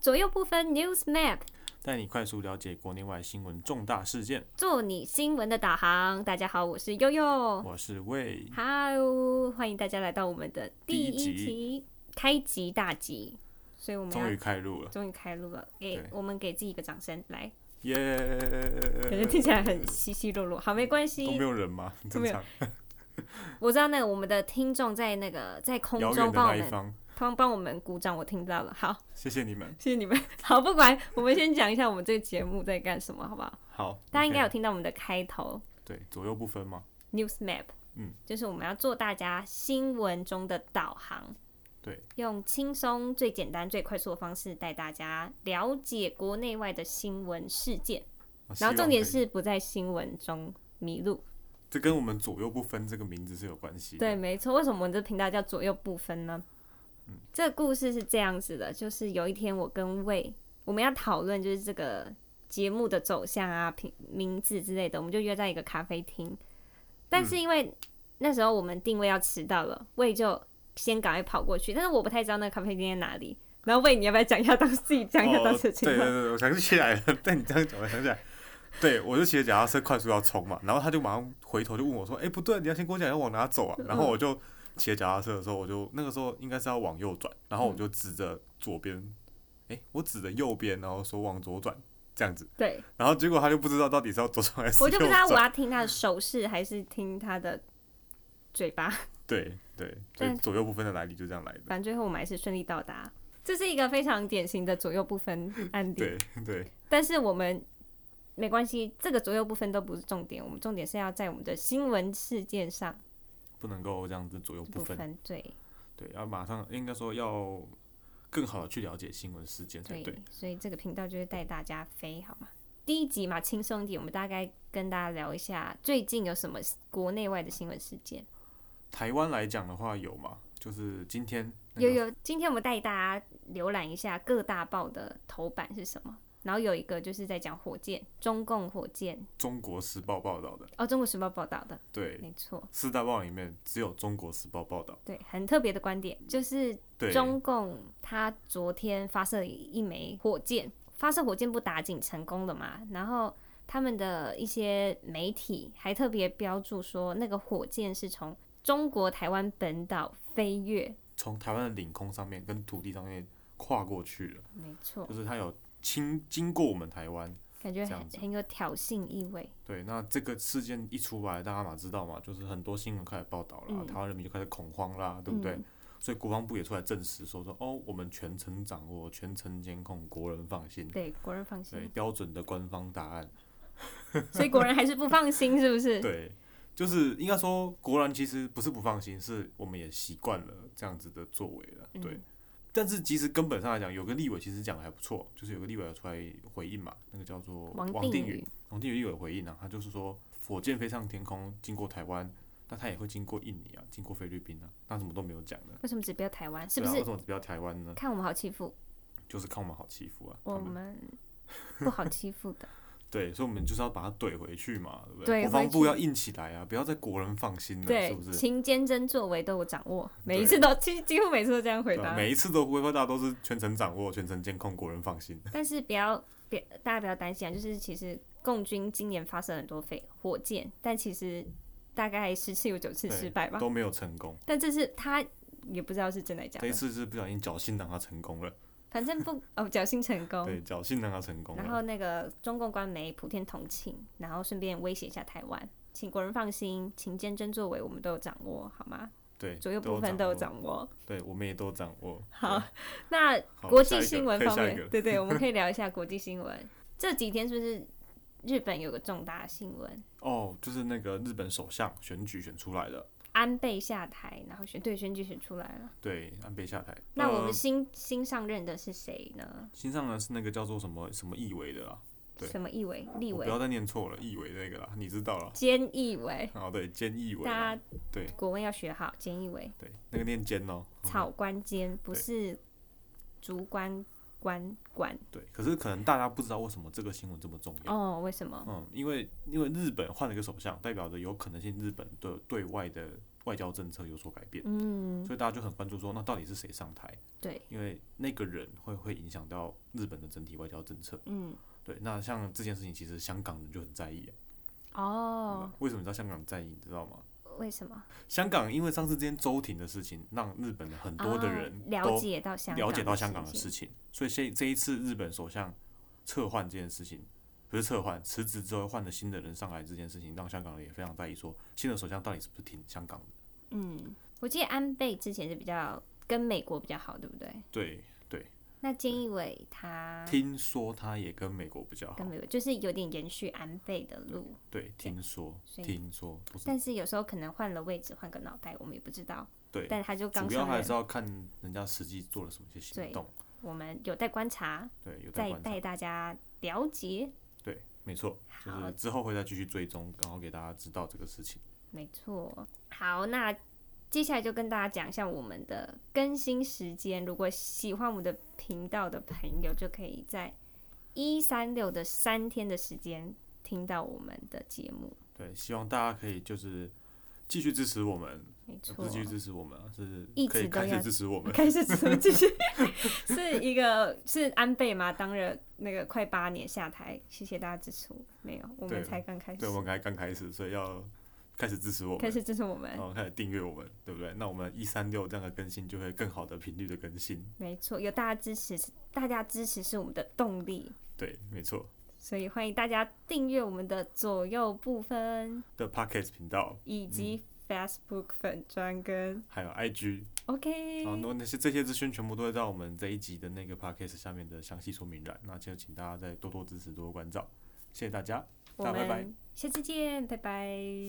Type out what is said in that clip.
左右部分 News Map，带你快速了解国内外新闻重大事件。做你新闻的导航。大家好，我是悠悠。我是魏，哦嗨，欢迎大家来到我们的第一第一集集开集大集，所以我们终于要开录了，终于开录了，给对我们给自己一个掌声，来，耶！感觉 听起来很稀稀落落。好，没关都没系，有人吗？很 都正没有常，我知道那个我们的听众在那个在空遥中远的帮我那一们方，帮帮我们鼓掌，我听到了。好，谢谢你们。谢谢你们。好，不管我们先讲一下我们这个节目在干什么，好不好？好，大家应该有 OK 听到我们的开头对左右不分吗？ News Map，嗯，就是我们要做大家新闻中的导航，对，用轻松、最简单、最快速的方式带大家了解国内外的新闻事件，然后重点希望可以，是不在新闻中迷路。这跟我们左右不分这个名字是有关系。对，，没错。为什么我们这频道叫左右不分呢？这个故事是这样子的，就是有一天我跟魏，我们要讨论就是这个节目的走向啊、名名字之类的，我们就约在一个咖啡厅。但是因为那时候我们定位要迟到了，魏就先赶快跑过去，但是我不太知道那个咖啡厅在哪里。然后魏，你要不要讲一下当时自己讲一下哦当时的情对对况？对，我想起来了。但你这样讲，我想起来，对我就骑着脚踏车快速要冲嘛，然后他就马上回头就问我说：“哎、不对，你要先跟我讲要往哪走啊？”嗯然后我就骑着脚踏车的时候，我就那个时候应该是要往右转，然后我就指着左边，哎、我指着右边，然后说往左转这样子，对，然后结果他就不知道到底是要左转还是我就不知道右我转要听他的手势还是听他的嘴巴。 对对，所以但左右不分的来历就这样来的。反正最后我们还是顺利到达。这是一个非常典型的左右不 分案例，对对，但是我们没关系，这个左右不分都不是重点，我们重点是要在我们的新闻事件上不能够这样子左右不不分。分，对对，要马上应该说要更好的去了解新闻事件才对对。所以这个频道就是带大家飞，好吗？第一集嘛，轻松一点，我们大概跟大家聊一下最近有什么国内外的新闻事件。台湾来讲的话，有嘛？就是今天那有个有，今天我们带大家浏览一下各大报的头版是什么，然后有一个就是在讲火箭，中共火箭中国时报报道的，哦，《中国时报》报道的，对，没错，四大报里面只有中国时报报道，对，很特别的观点，就是对，中共他昨天发射一枚火箭，发射火箭不打紧成功了嘛，然后他们的一些媒体还特别标注说，那个火箭是从中国台湾本岛飞跃，从台湾的领空上面跟土地上面跨过去了，没错就，是它有经经过我们台湾。感觉这样很子很有挑衅意味，对，那这个事件一出来，大家嘛知道嘛，就是很多新闻开始报道啦，嗯台湾人民就开始恐慌啦，对不对？嗯所以国防部也出来证实说说，哦，我们全程掌握，全程监控，国人放心。对国人放对，心，标准的官方答案。所以国人还是不放心，是不是？对，就是应该说，国人其实不是不放心，是我们也习惯了这样子的作为了。对，嗯但是其实根本上来讲，有个立委其实讲的还不错，就是有个立委有出来回应嘛，那个叫做王定定宇，宇，王定宇立委回应啊，他就是说，火箭飞上天空，经过台湾，那他也会经过印尼啊，经过菲律宾啊，那怎么都没有讲呢？为什么只标台湾？是不对啊是为什么只标台湾呢？看我们好欺负？就是看我们好欺负啊！我他们们不好欺负的。对，所以我们就是要把它怼回去嘛，对不怼对？国回防部去要硬起来啊，不要再国人放心了，对，是不是？勤坚贞作为都有掌握，每一对次都 其实几乎每次都这样回对啊答。每一次都不会大家都是全程掌握、全程监控，国人放心。但是不要别大家不要担心啊，就是其实共军今年发射很多飞火箭，但其实大概十次有九次对失败吧。都没有成功。但这是他也不知道是真的假这一的，次是不小心侥幸让他成功了， 反正不哦侥幸成功。对，侥幸让他成功然了。后那个中共官媒普天同庆，然后顺便威胁一下台湾，请国人放心，勤坚贞作为我们都有掌握，好吗？对，左右部分都有掌握。握，对我们也都掌握。好 对，那好国际下一个新闻可以方下一面个，对对，我 们可以聊一下国际新闻。这几天是不是日本有个重大新闻，哦，就是那个日本首相选举选出来了，安倍下台，然后选对选举选出来了。对，安倍下台。那我呃们新、新上任的是谁呢？新上呢是那个叫做什么什么义伟的啦，对什么义伟、立我委不、要再念错了，义伟那个啦，你知道了。菅义伟，哦，对，菅义伟啦，大家对国文要学好。菅义伟，对，那个念菅哦。嗯草官菅，不对是竹官官官。嗯对，可是可能大家不知道为什么这个新闻这么重要。哦，为什么？嗯，因为因为日本换了一个首相，代表着有可能性日本对对外的外交政策有所改变，嗯，所以大家就很关注说，那到底是谁上台？对，因为那个人会会影响到日本的整体外交政策。嗯，对，那像这件事情，其实香港人就很在意、啊哦，为什么你知道香港在意？你知道吗？为什么？香港因为上次之间周庭的事情，让日本的很多的哦人了都解到香港，了解到香港的情，事情，所以这这一次日本首相撤换这件事情，不是撤换，辞职之后换了新的人上来这件事情，让香港人也非常在意说新的首相到底是不是挺香港的。嗯，我记得安倍之前是比较跟美国比较好，对不对？对，那菅义伟他听说他也跟美国比较好啊跟。美国就是有点延续安倍的路，对，听说，所以听说不是但是有时候可能换了位置，换个脑袋，我们也不知道。对，但他就刚主要上还任是，要看人家实际做了什么一些对行动。我们有待观察，对，有待再观察。带大家了解。对，没错，就好是之后会再继续追踪，然后给大家知道这个事情。没错，好，那接下来就跟大家讲一下我们的更新时间。如果喜欢我们的频道的朋友，就可以在一三六的三天的时间听到我们的节目。对，希望大家可以就是继续支持我们，没呃错不是，继续支持我们啊，是一可直以都开要始支持我们。开始怎么继 续？是一个是安倍嘛？当了那个快八年下台，谢谢大家支持我。没有，我对们才刚开始 对，，我们刚刚开始，所以要开始支持我开们，始支持我们哦然。后开始订阅我们，对不对？那我们一三六这样的更新就会更好的频率的更新。没错，有大家支持，大家支持是我们的动力。对，没错所以欢迎大家订阅我们的左右部分的 Pockets 频道以及 Facebook 粉专跟还有 IG， OK 然。后那些这些资讯全部都会在我们这一集的那个 Pockets 下面的详细说明栏，那就请大家再多多支持，多多关照，谢谢大家。我大家拜拜们下次见，拜拜。